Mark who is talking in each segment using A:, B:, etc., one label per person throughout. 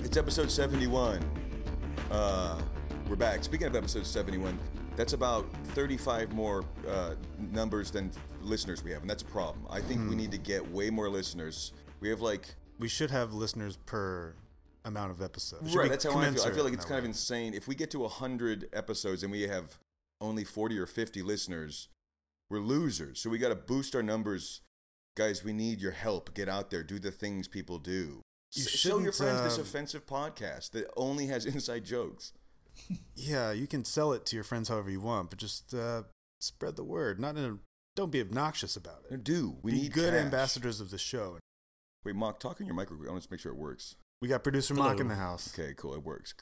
A: It's episode 71. Uh, we're back. Speaking of episode 71, that's about 35 more uh, numbers than listeners we have, and that's a problem. I think we need to get way more listeners. We have like
B: We should have listeners per amount of episodes. It should
A: right.
B: be
A: That's how I feel. I
B: commensurate
A: feel like
B: in
A: it's
B: that
A: kind of
B: way.
A: insane. If we get to hundred episodes and we have only forty or fifty listeners, we're losers. So we got to boost our numbers, guys. We need your help. Get out there, do the things people do.
B: You
A: S- Show your
B: shouldn't,
A: friends this
B: um,
A: offensive podcast that only has inside jokes.
B: Yeah, you can sell it to your friends however you want, but just uh, spread the word. Not in a, don't be obnoxious about it.
A: Do we
B: be
A: need
B: good
A: cash.
B: ambassadors of the show.
A: Wait, Mock, talk in your microphone. I want to make sure it works.
B: We got producer Mock
C: Hello.
B: in the house.
A: Okay, cool. It works.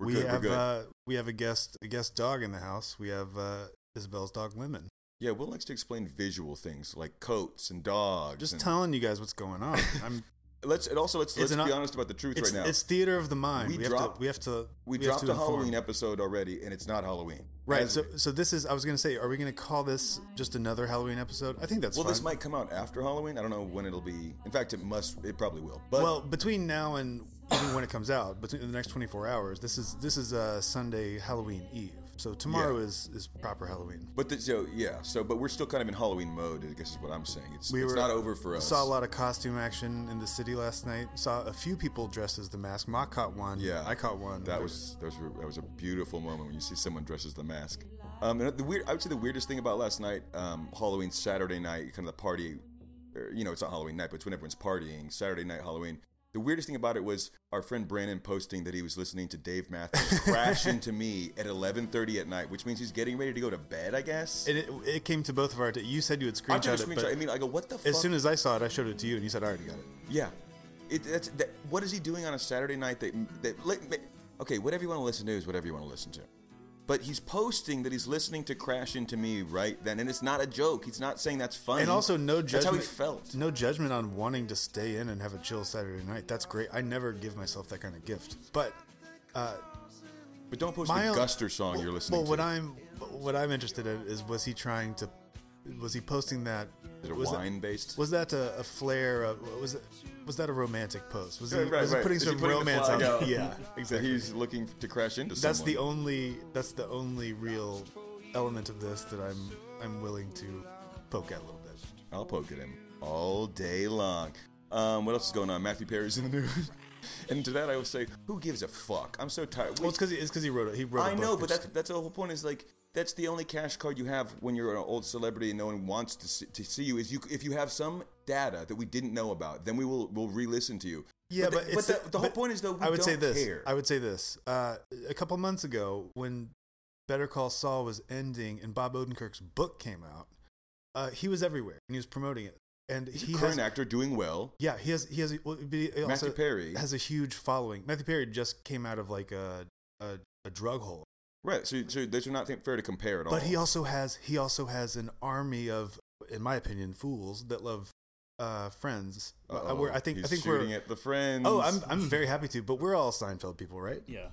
A: We're
B: we
A: good.
B: have
A: we're good.
B: Uh, we have a guest a guest dog in the house. We have uh, Isabel's dog Lemon.
A: yeah, Will likes to explain visual things like coats and dogs.
B: Just
A: and-
B: telling you guys what's going on. I'm
A: Let's and also let's
B: It's
A: let's
B: an-
A: be honest about the truth
B: it's,
A: right now.
B: it's theater of the mind.
A: We
B: We, have
A: dropped-
B: to we have to
A: We,
B: have
A: dropped
B: to
A: a
B: inform.
A: Halloween episode already, and it's not Halloween.
B: Right.
A: As-
B: So so this is I was gonna say, are we gonna call this just another Halloween episode? I think that's
A: well,
B: fine.
A: this might come out after Halloween. I don't know when it'll be. In fact, it must. It probably will. But
B: well between now and even when it comes out, between the next 24 hours, this is this is uh, Sunday Halloween Eve. So tomorrow
A: Yeah.
B: is is proper Halloween.
A: but the, so yeah. So but we're still kind of in Halloween mode. I guess is what I'm saying. It's,
B: We
A: it's
B: were-
A: not over for us.
B: Saw a lot of costume action in the city last night. Saw a few people dressed as the mask. Ma caught one.
A: Yeah,
B: I caught one.
A: That was that was that was a beautiful moment when you see someone dressed as the mask. Um, and the weird, I would say the weirdest thing about last night, um, Halloween Saturday night, kind of the party. or, You know, it's not Halloween night, but it's when everyone's partying. Saturday night, Halloween. The weirdest thing about it was our friend Brandon posting that he was listening to Dave Matthews crash into me at 11:30 at night, which means he's getting ready to go to bed. I guess.
B: And it, it came to both of our. T- you said you would
A: I took
B: screenshot
A: a
B: it, but
A: screenshot. I mean, I go, what the fuck?
B: as soon as I saw it, I showed it to you, and you said I already got it.
A: Yeah, it, that's that, what is he doing on a Saturday night? That that let- let- okay, whatever you want to listen to is whatever you want to listen to. But he's posting that he's listening to Crash Into Me right then, and it's not a joke. He's not saying that's funny.
B: And also, no judgment.
A: That's how he felt.
B: No judgment on wanting to stay in and have a chill Saturday night. That's great. I never give myself that kind of gift. But
A: But don't post
B: my
A: the
B: own-
A: Guster song
B: well-
A: you're listening
B: Well, what
A: to.
B: I'm what I'm interested in is was he trying to was he posting that
A: is it
B: was that-
A: wine based?
B: Was that a, a flare? Of, was it? Was that a romantic post? Was he,
A: Right, right,
B: was he
A: right.
B: putting
A: Is he
B: some
A: putting the
B: romance
A: flag
B: on?
A: out?
B: Yeah,
A: That
B: exactly.
A: he's looking to crash into
B: That's
A: someone.
B: the only. That's the only real element of this that I'm. I'm willing to poke at a little bit.
A: I'll poke at him all day long. Um, what else is going on? Matthew Perry's in the news. and to that, I will say, who gives a fuck? I'm so tired.
B: Well, it's because it's because he wrote it. He wrote. a
A: I
B: book,
A: know, but
B: which-
A: that's that's the whole point. Is like that's the only cash card you have when you're an old celebrity and no one wants to see, to see you. Is you if you have some data that we didn't know about, then we will will re-listen to you.
B: Yeah, but,
A: the,
B: it's
A: the, the whole
B: but
A: point is though. We
B: I would
A: don't
B: say this.
A: Care.
B: I would say this. Uh, a couple months ago, when Better Call Saul was ending and Bob Odenkirk's book came out, uh, he was everywhere and he was promoting it. And
A: He's
B: he
A: a current
B: has,
A: actor doing well.
B: yeah, he has he has well, but he also
A: Matthew Perry.
B: has a huge following. Matthew Perry just came out of like a a, a drug hole,
A: Right. So, so those are not fair to compare at all.
B: but he also has he also has an army of, in my opinion, fools that love uh, Friends. Uh,
A: Uh-oh,
B: we're- I think
A: he's
B: I think
A: shooting
B: we're
A: at the friends.
B: oh I'm I'm very happy to, but we're all Seinfeld people, right?
C: Yeah.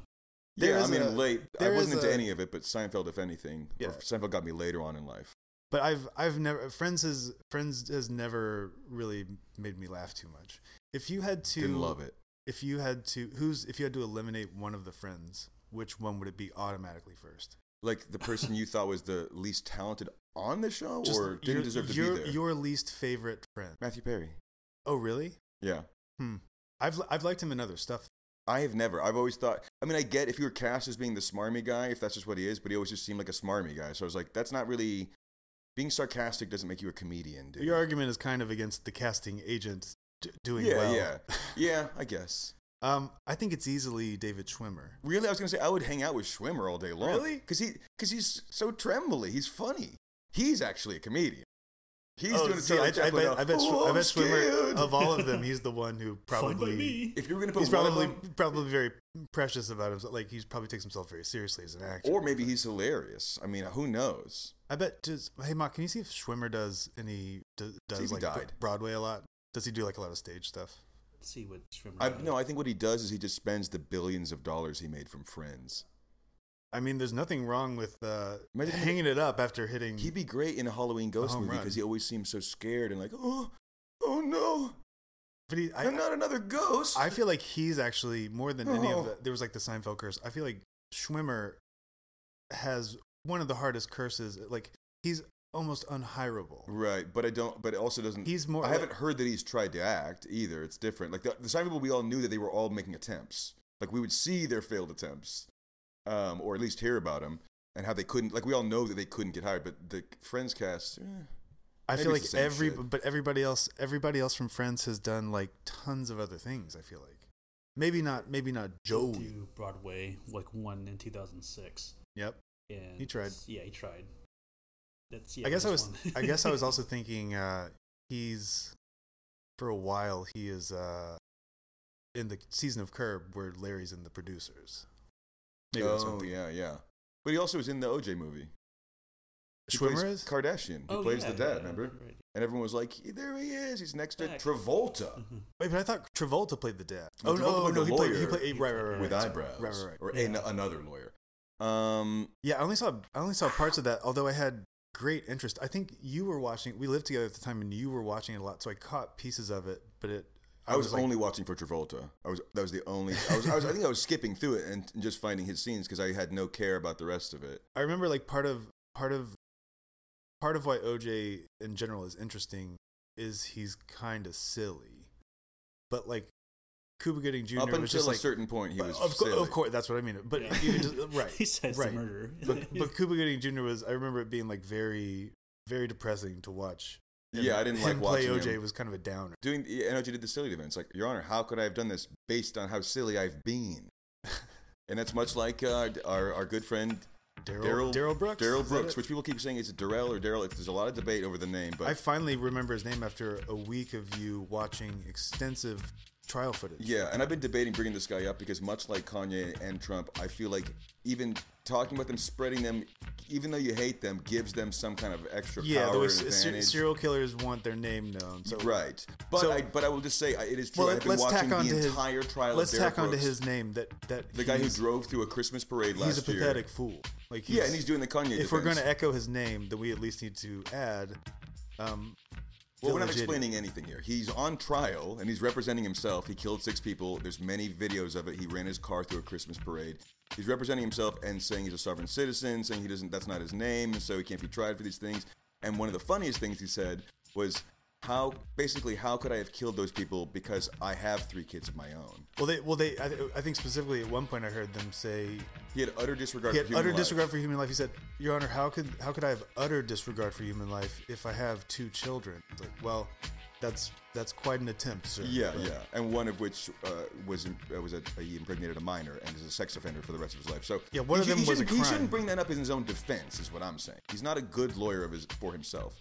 B: there
A: yeah. I
B: is
A: mean,
B: a-
A: late. I
B: there
A: wasn't
B: is
A: into
B: a-
A: any of it, but Seinfeld, if anything, or
B: Yeah.
A: Seinfeld got me later on in life.
B: But I've I've never Friends has Friends has never really made me laugh too much. If you had to
A: Didn't love it.
B: If you had to who's if you had to eliminate one of the friends, which one would it be automatically first?
A: Like the person you thought was the least talented on the show, or didn't
B: your-
A: deserve to
B: your,
A: be there.
B: Your least favorite friend.
A: Matthew Perry.
B: Oh really?
A: Yeah.
B: Hmm. I've li- I've liked him in other stuff.
A: I have never. I've always thought. I mean, I get if you were cast as being the smarmy guy, if that's just what he is, but he always just seemed like a smarmy guy. So I was like, that's not really. Being sarcastic doesn't make you a comedian, dude.
B: Your argument is kind of against the casting agent d- doing
A: yeah,
B: well.
A: yeah, yeah. I guess.
B: Um, I think it's easily David Schwimmer.
A: Really, I was gonna say I would hang out with Schwimmer all day long.
B: Really?
A: Because he, because he's so trembly. He's funny. He's actually a comedian. He's
B: Oh,
A: doing a
B: see,
A: Charlie
B: I, I
A: Chaplin
B: bet,
A: now,
B: I bet, Schw-
A: "Oh,
B: I
A: I'm
B: bet Schwimmer
A: scared."
B: of all of them, he's the one who
C: Fun by
B: probably
C: me.
A: If you're gonna put
B: he's
A: one of
B: probably
A: them-
B: probably very precious about himself. Like he probably takes himself very seriously as an actor.
A: or maybe he's hilarious. I mean, who knows?
B: I bet. Just hey, Mark, can you see if Schwimmer does any do,
A: See if
B: does
A: he
B: like Bro-
A: died.
B: Broadway a lot? Does he do like a lot of stage stuff?
C: Let's see what Shrimmer
A: I,
C: does.
A: no, I think what he does is he just spends the billions of dollars he made from Friends.
B: I mean, there's nothing wrong with uh,
A: Imagine he-
B: hanging it up after hitting.
A: He'd be great in Mm. a Halloween ghost
B: home
A: movie
B: run.
A: because he always seems so scared and like, oh, oh no.
B: But he, I,
A: I'm not another ghost.
B: I feel like he's actually more than any
A: No.
B: of the. There was like the Seinfeld curse. I feel like Schwimmer has one of the hardest curses. Like he's almost unhirable.
A: right, but I don't. But it also doesn't.
B: He's more.
A: I haven't heard that he's tried to act either. It's different. Like the, the Simon people, we all knew that they were all making attempts. Like we would see their failed attempts, um, or at least hear about them and how they couldn't. Like we all know that they couldn't get hired. But the Friends cast, eh,
B: I
A: maybe
B: feel
A: it's
B: like
A: the same
B: every.
A: shit.
B: But everybody else, everybody else from Friends has done like tons of other things. I feel like maybe not. Maybe not Joey.
C: Do Broadway like one in 2006.
B: Yep.
C: And
B: He tried.
C: it's- Yeah, he tried. That's yeah.
B: I guess I
C: that's
B: was.
C: one.
B: I guess I was also thinking. Uh, he's for a while. He is uh, in the season of Curb where Larry's in the producers. Maybe that's what I'm
A: oh
B: thinking.
A: yeah, yeah. But he also was in the OJ movie. He plays
B: Schwimmer is.
A: Kardashian. He
C: Oh,
A: plays
C: yeah,
A: the dad.
C: yeah, I
A: remember?
C: it.
A: And everyone was like, "There he is. He's next to
C: Back.
A: Travolta
C: Mhm.
B: Wait, but I thought Travolta played the dad.
A: No,
B: oh
A: Travolta
B: no,
A: played
B: no,
A: the
B: he played. He
A: lawyer
B: played right, right, right,
A: with
B: right,
A: eyebrows,
B: Right, right, right.
A: or
C: Yeah.
A: an- another lawyer." Um,
B: Yeah, I only saw. I only saw parts of that. Although I had great interest. I think you were watching. We lived together at the time, and you were watching it a lot. So I caught pieces of it, but it.
A: I was,
B: like,
A: only watching for Travolta. I was that was the only. I was, I was I think I was skipping through it and just finding his scenes because I had no care about the rest of it.
B: I remember like part of part of part of why OJ in general is interesting is he's kind of silly, but like Cuba Gooding Jr.
A: Up until
B: was just
A: a
B: like
A: certain point, he was
B: of, cour-
A: silly.
B: of course that's what I mean. But
C: Yeah.
B: you just- right,
C: he says
B: right.
C: the murderer.
B: But, but Cuba Gooding Jr. was I remember it being like very very depressing to watch. And
A: Yeah, I didn't
B: him
A: like watching
B: play OJ
A: him
B: was kind of a downer.
A: doing. the- And OJ did the silly event. It's like, Your Honor, how could I have done this based on how silly I've been? And that's much like uh, our our good friend Daryl
B: Daryl Daryl Brooks.
A: Daryl
B: is that
A: Brooks,
B: it?
A: which people keep saying is Daryl or Daryl. There's a lot of debate over the name, but
B: I finally remember his name after a week of you watching extensive trial footage.
A: Yeah, and I've been debating bringing this guy up because much like Kanye and Trump, I feel like even talking about them, spreading them, even though you hate them, gives them some kind of extra
B: Yeah,
A: power
B: the way
A: and
B: se- se-
A: advantage.
B: serial killers want their name known. So
A: right, but
B: So-
A: I, but I will just say I- it is true.
B: Well,
A: I've been
B: let's
A: watching
B: tack on to
A: the
B: his
A: entire trial.
B: Let's
A: of Derek
B: tack on to
A: Brooks,
B: his name that that
A: the guy who
B: he's-
A: drove through a Christmas parade last
B: He's a
A: year.
B: pathetic fool. Like
A: yeah, and he's doing the Kanye.
B: If we're
A: defense.
B: going to echo his name, then we at least need to add. Um,
A: Well, we're not
B: Village Idiot.
A: explaining anything here. He's on trial and he's representing himself. He killed six people. There's many videos of it. He ran his car through a Christmas parade. He's representing himself and saying he's a sovereign citizen, saying he doesn't that's not his name, so he can't be tried for these things. And one of the funniest things he said was how basically how could I have killed those people because I have three kids of my own.
B: Well, they well they I, th- I think specifically at one point I heard them say
A: He had utter disregard
B: he had
A: for human
B: utter
A: life.
B: disregard for human life. He said, "Your Honor, how could how could I have utter disregard for human life if I have two children?" It's like, well, that's that's quite an attempt, sir.
A: Yeah,
B: But-
A: yeah, and one of which uh, was uh, was a, he impregnated a minor and is a sex offender for the rest of his life. So
B: Yeah, one
A: he
B: of
A: should-
B: them
A: he
B: was a
A: shouldn't- He
B: crime.
A: shouldn't bring that up in his own defense, is what I'm saying. He's not a good lawyer of his for himself.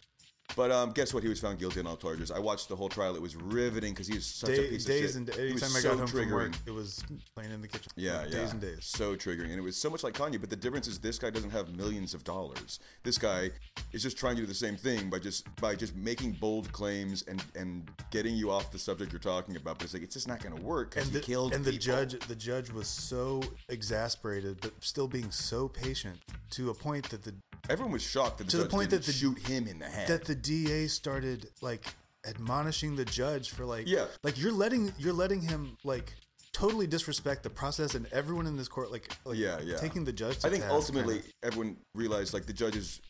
A: But um, guess what? He was found guilty on all charges. I watched the whole trial. It was riveting because he was such a
B: Day,
A: piece
B: days
A: of
B: and
A: shit. It was
B: anytime I
A: so
B: got home
A: triggering.
B: from work, it was playing in the kitchen.
A: Yeah,
B: days
A: yeah.
B: and days.
A: So triggering. And it was so much like Kanye, but the difference is this guy doesn't have millions of dollars. This guy is just trying to do the same thing by just by just making bold claims and and getting you off the subject you're talking about. But it's like it's just not going to work because
B: And
A: he
B: the,
A: killed
B: and the
A: people.
B: judge, the judge was so exasperated, but still being so patient to a point that the
A: Everyone was shocked that the
B: To the
A: judge
B: point
A: didn't
B: that the-
A: shoot him in the head.
B: that the DA started like admonishing the judge for like
A: Yeah.
B: like you're letting you're letting him like totally disrespect the process and everyone in this court like, like
A: Yeah, yeah.
B: taking the judge. To
A: I think
B: task,
A: ultimately
B: kinda.
A: everyone realized like the judges.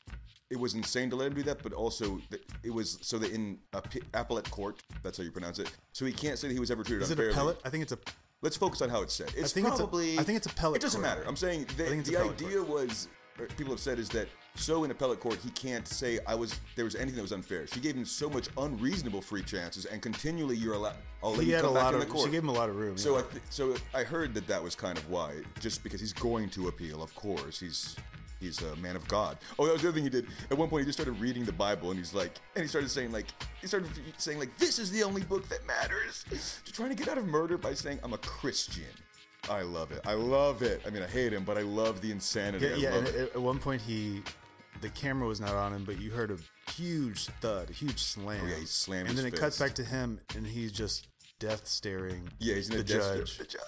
A: It was insane to let him do that, but also that it was so that in a p- appellate court, that's how you pronounce it. So he can't say that he was ever treated
B: is it
A: unfairly.
B: appellate? I think it's a
A: Let's focus on how it's said. It's
B: think it's a-
A: probably.
B: I think it's appellate
A: It doesn't
B: court.
A: matter. I'm saying the,
B: think it's
A: the
B: appellate
A: idea was or people have said is that so in appellate court he can't say I was there was anything that was unfair. She gave him so much unreasonable free chances, and continually you're allowed. I'll let
B: he
A: you
B: had a
A: come back
B: lot
A: in
B: of
A: the court.
B: she gave him a lot of room.
A: So
B: yeah.
A: I th- so I heard that that was kind of why, just because he's going to appeal. Of course, he's he's a man of God. Oh, that was the other thing he did. At one point, he just started reading the Bible, and he's like, and he started saying like, he started saying like, this is the only book that matters. Just trying to get out of murder by saying I'm a Christian. I love it. I love it. I mean, I hate him, but I love the insanity.
B: Yeah,
A: I
B: yeah.
A: love
B: And
A: it.
B: at, at one point, he, the camera was not on him, but you heard a huge thud, a huge slam.
A: Oh, yeah, he slammed
B: And
A: his
B: then it cuts
A: fist.
B: back to him, and he's just death staring.
A: yeah, he's in
B: the
A: a death stare-
B: judge,
A: The judge.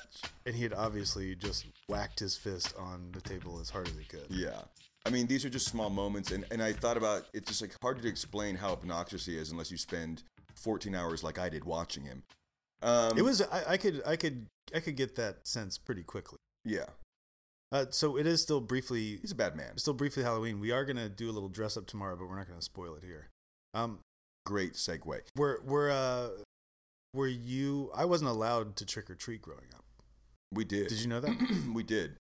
B: and he had obviously just whacked his fist on the table as hard as he could.
A: Yeah. I mean, these are just small moments, and, and I thought about it's just like hard to explain how obnoxious he is unless you spend 14 hours like I did watching him. Um,
B: it was I, I could I could I could get that sense pretty quickly.
A: yeah.
B: Uh, so it is still briefly
A: He's a bad man.
B: still briefly Halloween. We are gonna do a little dress up tomorrow, but we're not gonna spoil it here. Um,
A: Great segue.
B: were were uh, were you? I wasn't allowed to trick or treat growing up.
A: We did.
B: Did you know that?
A: we did.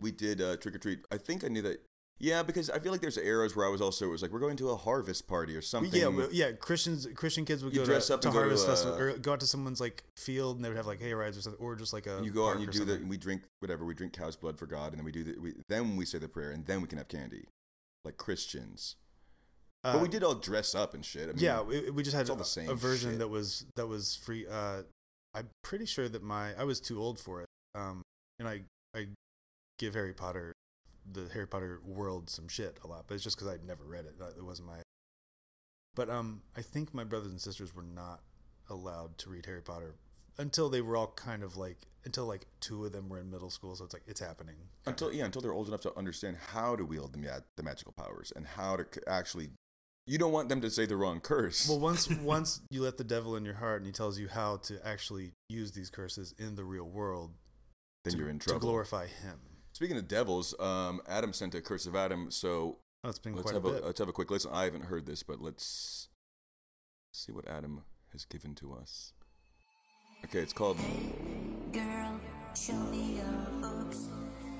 A: We did uh, trick or treat. I think I knew that. Yeah, because I feel like there's eras where I was also it was like we're going to a harvest party or something.
B: Yeah, well, yeah. Christians, Christian kids would
A: You
B: go
A: dress
B: to,
A: up
B: to
A: and go to,
B: harvest festival,
A: uh,
B: or go out to someone's like field, and they would have like hay rides or something, or just like a.
A: And Uh, you go out and you
B: park or
A: do the
B: something.
A: and we drink whatever we drink cow's blood for God and then we do the we, then we say the prayer and then we can have candy, like Christians.
B: Uh,
A: but we did all dress up and shit. I mean,
B: yeah, we, we just had
A: it's all the
B: a,
A: same
B: a version
A: shit.
B: that was that was free. Uh, I'm pretty sure that my I was too old for it. Um, and I I give Harry Potter, the Harry Potter world, some shit a lot, but it's just because I'd never read it. That- It wasn't my. But um, I think my brothers and sisters were not allowed to read Harry Potter until they were all kind of like until like two of them were in middle school. So it's like it's happening.
A: until yeah until they're old enough to understand how to wield the, ma- the magical powers and how to c- actually. You don't want them to say the wrong curse.
B: Well, once once you let the devil in your heart and he tells you how to actually use these curses in the real world,
A: then
B: to-
A: you're in
B: To
A: trouble.
B: glorify him.
A: Speaking of devils, um, Adam sent a curse of Adam, so
B: Oh, it's been
A: let's
B: quite a
A: have a,
B: bit.
A: let's have a quick listen. I haven't heard this, but let's see what Adam has given to us. Okay, it's called
D: Girl, show me your books,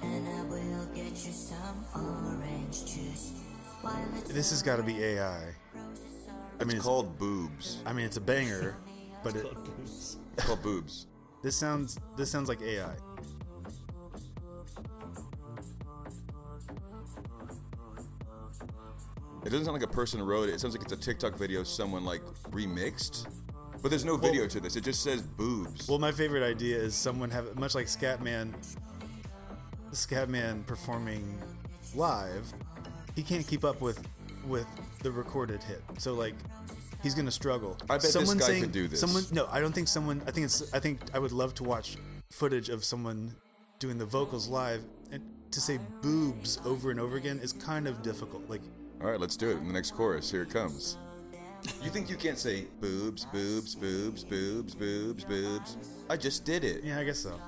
D: and I will get you some orange juice. While it's
B: this has got to be AI. I mean,
A: it's
B: it's,
A: called boobs.
B: I mean, it's a banger, but it,
C: Bruce.
A: It's called boobs.
B: this sounds this sounds like AI.
A: It doesn't sound like a person wrote it. It sounds like it's a TikTok video someone like remixed. But there's no video to this. It just says boobs.
B: Well, my favorite idea is someone have much like Scatman, Scatman performing live. He can't keep up with with the recorded hit, so like he's gonna struggle.
A: I bet this guy could do this.
B: Someone, no, I don't think someone. I think it's. I think I would love to watch footage of someone doing the vocals live, and to say boobs over and over again is kind of difficult. Like
A: All right, let's do it. In the next chorus, here it comes. You think you can't say boobs, boobs, boobs, boobs, boobs, boobs? I just did it.
B: Yeah, I guess so.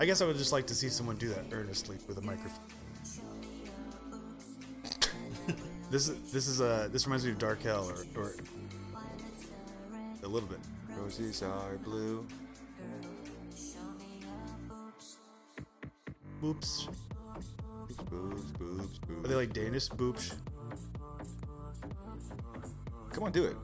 B: I guess I would just like to see someone do that earnestly with a microphone. this is this is uh this reminds me of Dark Hell or, or a little bit.
A: Roses are blue.
B: Boops.
A: Boobs, boobs, boobs.
B: Are they like Danish? Boops.
A: Come on, do it.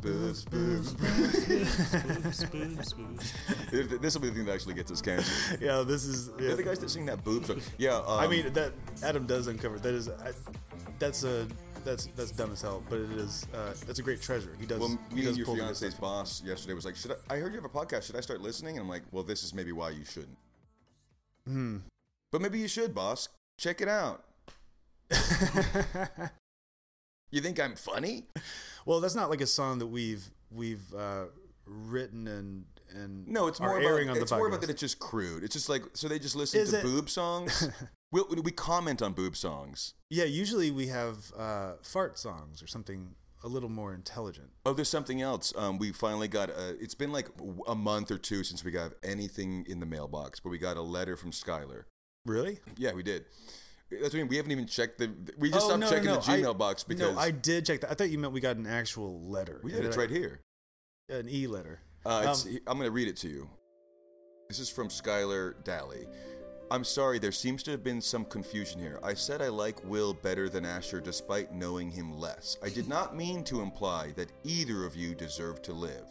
A: Boobs, boobs.
C: Boobs, boobs, boobs.
A: this will be the thing that actually gets us canceled.
B: Yeah, this is.
A: They're
B: Yeah.
A: the guys that sing that boobs. song. Yeah. Um,
B: I mean that Adam does uncover that is I, that's a that's that's dumb as hell, but it is uh, that's a great treasure. He does.
A: Well,
B: he
A: me
B: does
A: and your
B: pull this
A: fiance's boss yesterday was like, "Should I, I heard you have a podcast? Should I start listening?" And I'm like, "Well, this is maybe why you shouldn't." Hmm.
B: Hmm.
A: But maybe you should, boss. Check it out.
B: stuff.
A: You think I'm funny?
B: Well, that's not like a song that we've we've uh, written and and
A: No, it's more
B: are
A: about,
B: airing on
A: it's
B: the
A: more about
B: podcast.
A: that it's just crude. It's just like so they just listen
B: Is
A: to
B: it-
A: boob songs. we, we comment on boob songs.
B: yeah, usually we have uh, fart songs or something a little more intelligent.
A: Oh, there's something else. Um, we finally got. A, it's been like w- a month or two since we got anything in the mailbox, but we got a letter from Skylar.
B: Really?
A: Yeah, we did. That's what I mean. We haven't even checked the. We just stopped checking the Gmail box because
B: no, Oh, I did check that. I thought you meant we got an actual letter.
A: we
B: And
A: did. It's
B: I-
A: right here.
B: An e letter.
A: Uh, it's,
B: Um,
A: I'm going to read it to you. This is from Skylar Daly. I'm sorry, there seems to have been some confusion here. I said I like Will better than Asher despite knowing him less. I did not mean to imply that either of you deserve to live.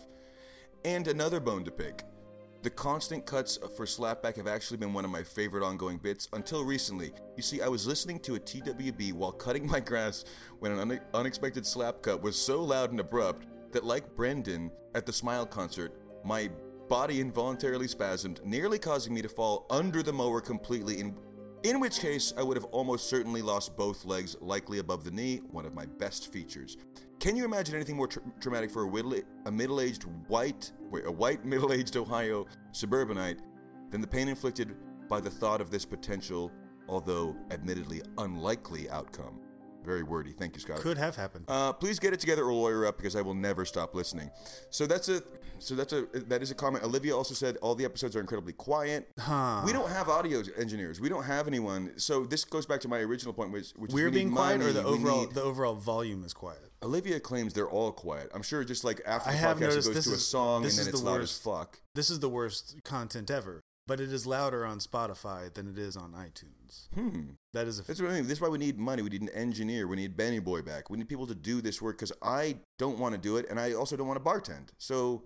A: And another bone to pick. The constant cuts for Slapback have actually been one of my favorite ongoing bits until recently. You see, I was listening to a TWB while cutting my grass when an une- unexpected slap cut was so loud and abrupt that, like Brendan at the Smile concert, my body involuntarily spasmed, nearly causing me to fall under the mower completely. In, in which case, I would have almost certainly lost both legs, likely above the knee, one of my best features. Can you imagine anything more tr- traumatic for a, whittle- a middle-aged white, wait, a white middle-aged Ohio suburbanite than the pain inflicted by the thought of this potential, although admittedly unlikely outcome? Very wordy. Thank you, Scott.
B: Could have happened.
A: Uh, please get it together or lawyer up because I will never stop listening. So that's a so that's a that is a comment. Olivia also said all the episodes are incredibly quiet.
B: Huh.
A: We don't have audio engineers. We don't have anyone. So this goes back to my original point, which, which is
B: We're
A: we need
B: being quiet, or
A: money,
B: the
A: we
B: overall
A: need-
B: the overall volume is quiet.
A: Olivia claims they're all quiet. I'm sure just like after
B: I
A: the
B: have
A: podcast it
B: noticed
A: goes
B: this
A: to a
B: is-
A: song
B: this
A: and then
B: is
A: it's
B: the
A: loud as
B: worst.
A: fuck.
B: This is the worst content ever, but it is louder on Spotify than it is on iTunes.
A: Hmm.
B: That is a
A: That's what I mean. This is why we need money. We need an engineer. We need Benny Boy back. We need people to do this work because I don't want to do it, and I also don't want to bartend. So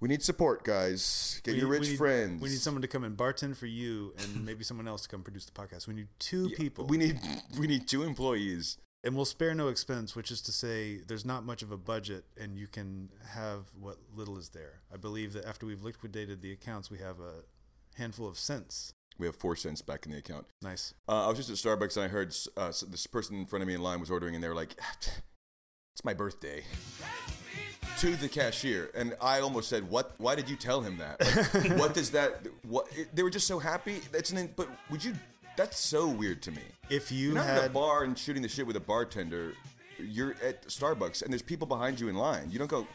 A: we need support, guys. Get
B: we
A: your
B: need- we
A: rich
B: need-
A: friends.
B: We need someone to come and bartend for you, and maybe someone else to come produce the podcast. We need two
A: Yeah,
B: people.
A: We need we need two employees.
B: and we'll spare no expense, which is to say, there's not much of a budget, and you can have what little is there. I believe that after we've liquidated the accounts, we have a handful of cents.
A: We have four cents back in the account.
B: Nice.
A: Uh, I was just at Starbucks and I heard uh, s- this person in front of me in line was ordering, and they were like, "It's my birthday." To the cashier, and I almost said, "What? Why did you tell him that? Like, what does that? What?" It, they were just so happy. That's an. in- But would you? That's so weird to me.
B: If you
A: You're not at a
B: had
A: bar and shooting the shit with a bartender. You're at Starbucks, and there's people behind you in line. You don't go.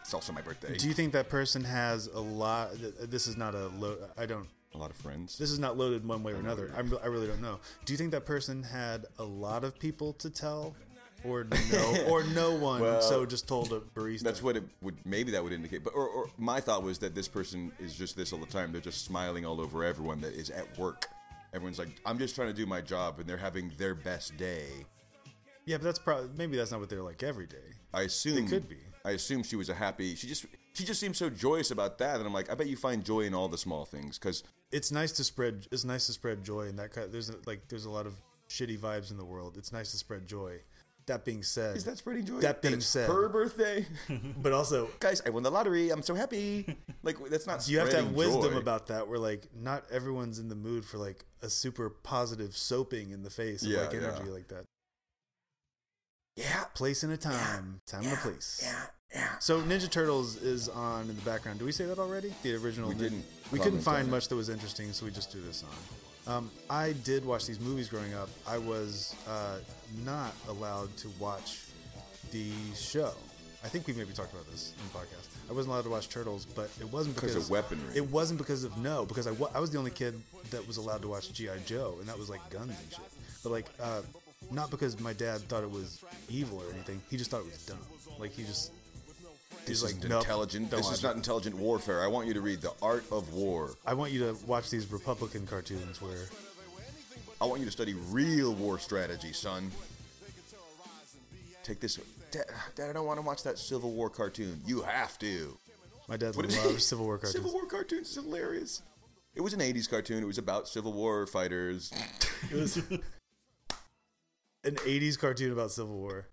A: It's also my birthday.
B: Do you think that person has a lot? th- This is not a load. I don't.
A: a lot of friends.
B: This is not loaded one way or another. I'm, I really don't know. Do you think that person had a lot of people to tell, or no, or no one? so just told a barista.
A: That's what it would maybe that would indicate. But or, or my thought was that this person is just this all the time. They're just smiling all over everyone that is at work. Everyone's like, I'm just trying to do my job, and they're having their best day.
B: Yeah, but that's probably maybe that's not what they're like every day.
A: I assume
B: could be.
A: I assume she was a happy. She just she just seems so joyous about that, and I'm like, I bet you find joy in all the small things because
B: It's nice to spread. It's nice to spread joy and that kind. there's a, like there's a lot of shitty vibes in the world. It's nice to spread joy. That being said,
A: is that spreading joy?
B: That being
A: it's
B: said-
A: her birthday,
B: but also
A: guys, I won the lottery. I'm so happy. Like that's not.
B: you have to have
A: spreading
B: wisdom
A: joy.
B: about that where like not everyone's in the mood for like a super positive soaping in the face of
A: Yeah,
B: like energy
A: yeah.
B: like that
A: yeah.
B: place and a time time and a place so ninja turtles is on in the background do we say that already the original
A: We
B: Nin-
A: didn't
B: we couldn't
A: comment on
B: find
A: it.
B: much that was interesting so we just threw this on um, i did watch these movies growing up i was uh, not allowed to watch the show I think we maybe talked about this in the podcast. I wasn't allowed to watch Turtles, but it wasn't because
A: Because of weaponry.
B: It wasn't because of no, because I wa- I was the only kid that was allowed to watch GI Joe, and that was like guns and shit. But like, uh, not because my dad thought it was evil or anything. He just thought it was dumb. Like he just
A: This
B: he's like
A: isn't
B: "Nope,
A: intelligent.
B: don't
A: This
B: watch
A: is
B: it."
A: not intelligent warfare. I want you to read the art of war.
B: I want you to watch these Republican cartoons where
A: I want you to study real war strategy, son. Take this. Dad, Dad, I don't want to watch that Civil War cartoon. You have to.
B: my dad
A: What is-
B: loves Civil War cartoons.
A: Civil War cartoons is hilarious. It was an 80s cartoon. It was about Civil War fighters.
B: It was an '80s cartoon about Civil War.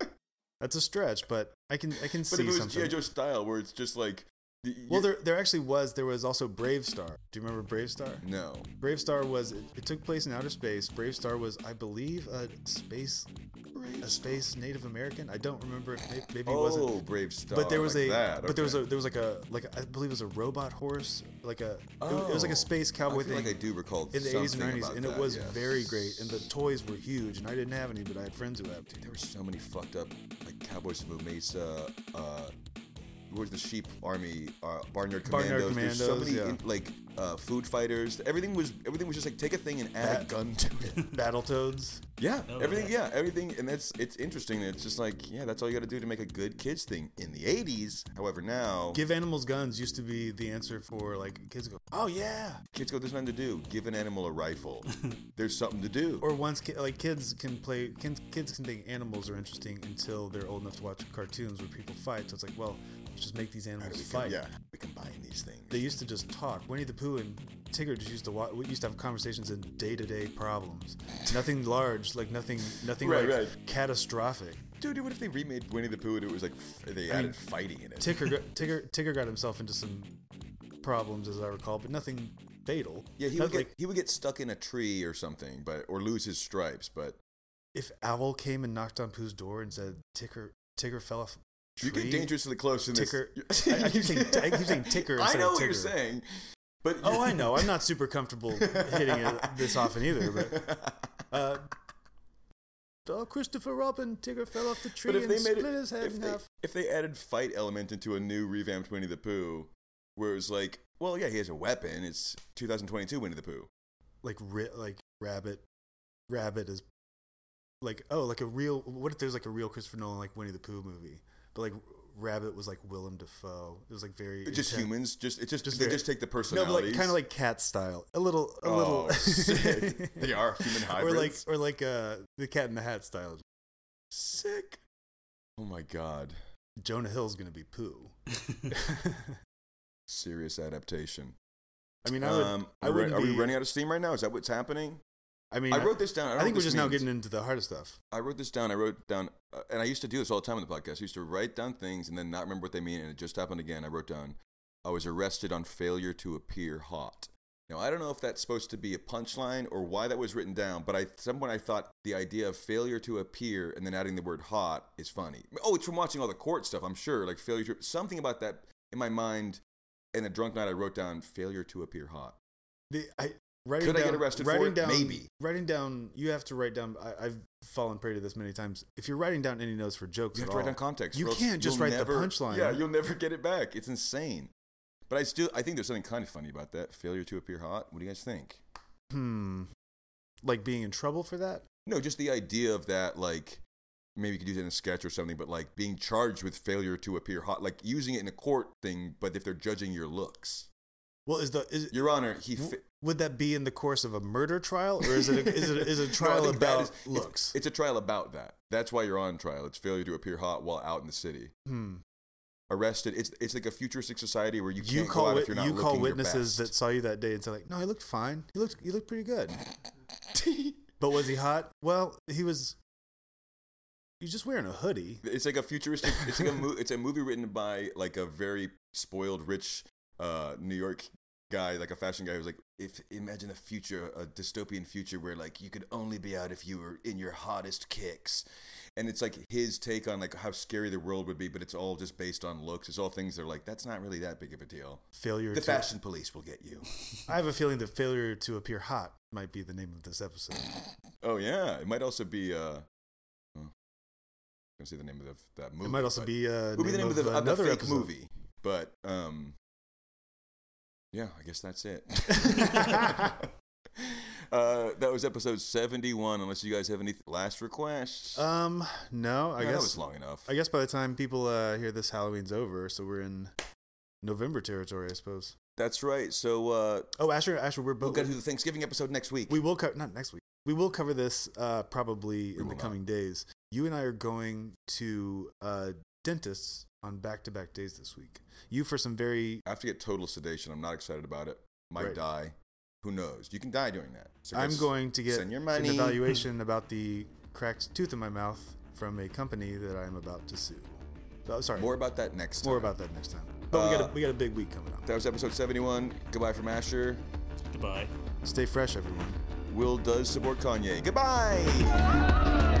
B: That's a stretch, but I can I can
A: But
B: see
A: if it was
B: something.
A: G.I. Joe style, where it's just like. y- y-
B: well, there, there actually was. There was also Brave Star. Do you remember Brave Star?
A: No.
B: Brave Star was it, it took place in outer space. Brave Star was, I believe, a space a space Native American. I don't remember if maybe, maybe it
A: Oh,
B: wasn't.
A: Brave Star.
B: But there was
A: like
B: a
A: That.
B: but there was
A: okay.
B: a there was like a like I believe it was a robot horse like a it, was- it was like
A: Oh.
B: a space
A: I
B: cowboy
A: feel
B: thing
A: like I do recall
B: in the 80s and
A: something
B: 90s
A: about
B: and
A: that,
B: it was
A: yeah.
B: very great and the toys were huge and I didn't have any but I had friends who had
A: There were so many fucked up like Cowboys of Mesa. Uh, where's the Sheep Army? Uh, Barnyard Commandos.
B: Barnyard
A: There's so
B: Commandos,
A: many
B: yeah.
A: in- like uh, food fighters. Everything was everything was just like take a thing and add a
B: That-
A: gun to it.
B: Battletoads
A: yeah,
C: Oh,
A: everything. Yeah.
C: yeah.
A: everything. And that's it's interesting. It's just like yeah, that's all you got to do to make a good kids thing in the '80s. However, now
B: give animals guns used to be the answer for like kids go oh yeah
A: kids go, there's nothing to do. Give an animal a rifle. there's something to do.
B: or once ki- like kids can play can, kids can think animals are interesting until they're old enough to watch cartoons where people fight so it's like well let's just make these
A: How do
B: animals
A: we
B: fight
A: com- yeah, we combine these things.
B: they used to just talk winnie the pooh and tigger just used to wa- we used to have conversations in day-to-day problems nothing large like nothing nothing
A: Right,
B: like
A: right.
B: catastrophic
A: Dude, what if they remade Winnie the Pooh and it was like f- they added fighting in it?
B: tigger got, tigger tigger got himself into some problems as i recall but nothing fatal
A: Yeah, he
B: Not
A: would, get,
B: like
A: he would get stuck in a tree or something, but or lose his stripes. But
B: if owl came and knocked on pooh's door and said tigger tigger fell off a
A: you get
B: tree,"
A: dangerously close in this.
B: Ticker- I- I keep saying- I keep saying ticker
A: I
B: instead
A: know
B: of
A: what you're
B: tigger.
A: saying, but
B: Oh, I know. I'm not super comfortable hitting it this often either, but uh, Oh, Christopher Robin, Tigger fell off the tree
A: But if
B: and
A: they made
B: split
A: it,
B: his head
A: if
B: in
A: they,
B: half.
A: if they added fight element into a new revamped Winnie the Pooh, where it was like, well, yeah, he has a weapon. It's 2022 Winnie the Pooh.
B: Like, ri- like rabbit, rabbit is like oh, like a real. What if there's like a real Christopher Nolan like Winnie the Pooh movie, but like rabbit was like Willem Dafoe. It was like very
A: Just
B: intense.
A: humans. Just it just,
B: Just
A: they
B: very-
A: just take the
B: No, but like
A: personalities.
B: kind of like cat style. A little, a little.
A: Oh, sick. They are human
B: Or like,
A: hybrids.
B: or like uh, the Cat in the Hat style.
A: sick. Oh my god,
B: Jonah Hill's gonna be poo.
A: serious adaptation.
B: I mean, I would.
A: um,
B: I
A: are, we-
B: wouldn't
A: are we
B: be-
A: running out of steam right now? Is that what's happening?
B: I mean,
A: I wrote this down. I,
B: I,
A: don't know
B: think
A: what this
B: we're just now
A: means.
B: getting into the harder stuff.
A: I wrote this down. I wrote down, uh, and I used to do this all the time on the podcast. I used to write down things and then not remember what they mean, and it just happened again. I wrote down, I was arrested on failure to appear hot. Now, I don't know if that's supposed to be a punchline or why that was written down, but I, at some point I thought the idea of failure to appear and then adding the word hot is funny. Oh, it's from watching all the court stuff, I'm sure. Like failure to, something about that in my mind. In a drunk night, I wrote down failure to appear hot.
B: The, I, writing
A: Could I
B: down,
A: get arrested for
B: writing
A: it?
B: Down,
A: Maybe.
B: Writing down. You have to write down. I, I've fallen prey to this many times. If you're writing down any notes for jokes,
A: You have
B: at
A: to write
B: all,
A: down context.
B: You
A: or else
B: can't just
A: you'll
B: write
A: never-
B: the punchline.
A: Yeah, you'll never get it back. It's insane. But I still, I think there's something kind of funny about that failure to appear hot. What do you guys think?
B: hmm. Like being in trouble for that.
A: No, just the idea of that, like maybe you could use it in a sketch or something, but like being charged with failure to appear hot, like using it in a court thing. But if they're judging your looks,
B: Well, is the is,
A: Your Honor, he. Fa-
B: W- would that be in the course of a murder trial, or is it a, is it a, is it a
A: No, I
B: trial
A: think that
B: about
A: is- it's-
B: looks?
A: It's a trial about that. That's why you're on trial. It's failure to appear hot while out in the city,
B: hmm.
A: arrested. It's it's like a futuristic society where you can't
B: You
A: go
B: call
A: out
B: wit-
A: if you're not
B: you call
A: looking your
B: witnesses
A: best.
B: that saw you that day and say like, "No, he looked fine. He looked he looked pretty good." but was he hot? Well, he was. He's just wearing a hoodie.
A: It's like a futuristic. It's like a mo- it's a movie written by like a very spoiled rich uh, New York guy, like a fashion guy who's like, if imagine a future, a dystopian future where like you could only be out if you were in your hottest kicks, and it's like his take on like how scary the world would be, but it's all just based on looks. It's all things that are like that's not really that big of a deal.
B: Failure.
A: The
B: to,
A: fashion police will get you.
B: I have a feeling that failure to appear hot might be the name of this episode.
A: Oh yeah, it might also be. uh oh, I'm gonna say the name of the, that movie.
B: it might also
A: but-
B: be, uh,
A: would be the name of, the, of the
B: another
A: fake
B: episode.
A: movie. But um, yeah, I guess that's it. uh, that was episode seventy-one. Unless you guys have any last requests,
B: Um, no, I
A: Yeah, that
B: guess
A: was long enough.
B: I guess by the time people uh, hear this, Halloween's over, so we're in November territory, I suppose.
A: that's right. So uh,
B: Oh, Asher, Asher, we're
A: we'll
B: both.
A: get to the Thanksgiving episode next week.
B: we will cover not next week. We will cover this uh, probably in
A: will
B: the
A: not.
B: coming days. You and I are going to uh, dentists on back-to-back days this week. You for some very.
A: I have to get total sedation. I'm not excited about it. Might
B: Right.
A: die. Who knows? You can die doing that. So
B: I'm
A: guys,
B: going to get
A: send your
B: an
A: money.
B: evaluation about the cracked tooth in my mouth from a company that I'm about to sue. Oh, sorry,
A: More
B: more,
A: about that next. Time. Uh,
B: about that next time. But we got a, we got a big week coming up.
A: That was episode seventy-one. Goodbye from Asher.
C: Goodbye.
B: Stay fresh, everyone.
A: Will does support Kanye. Goodbye.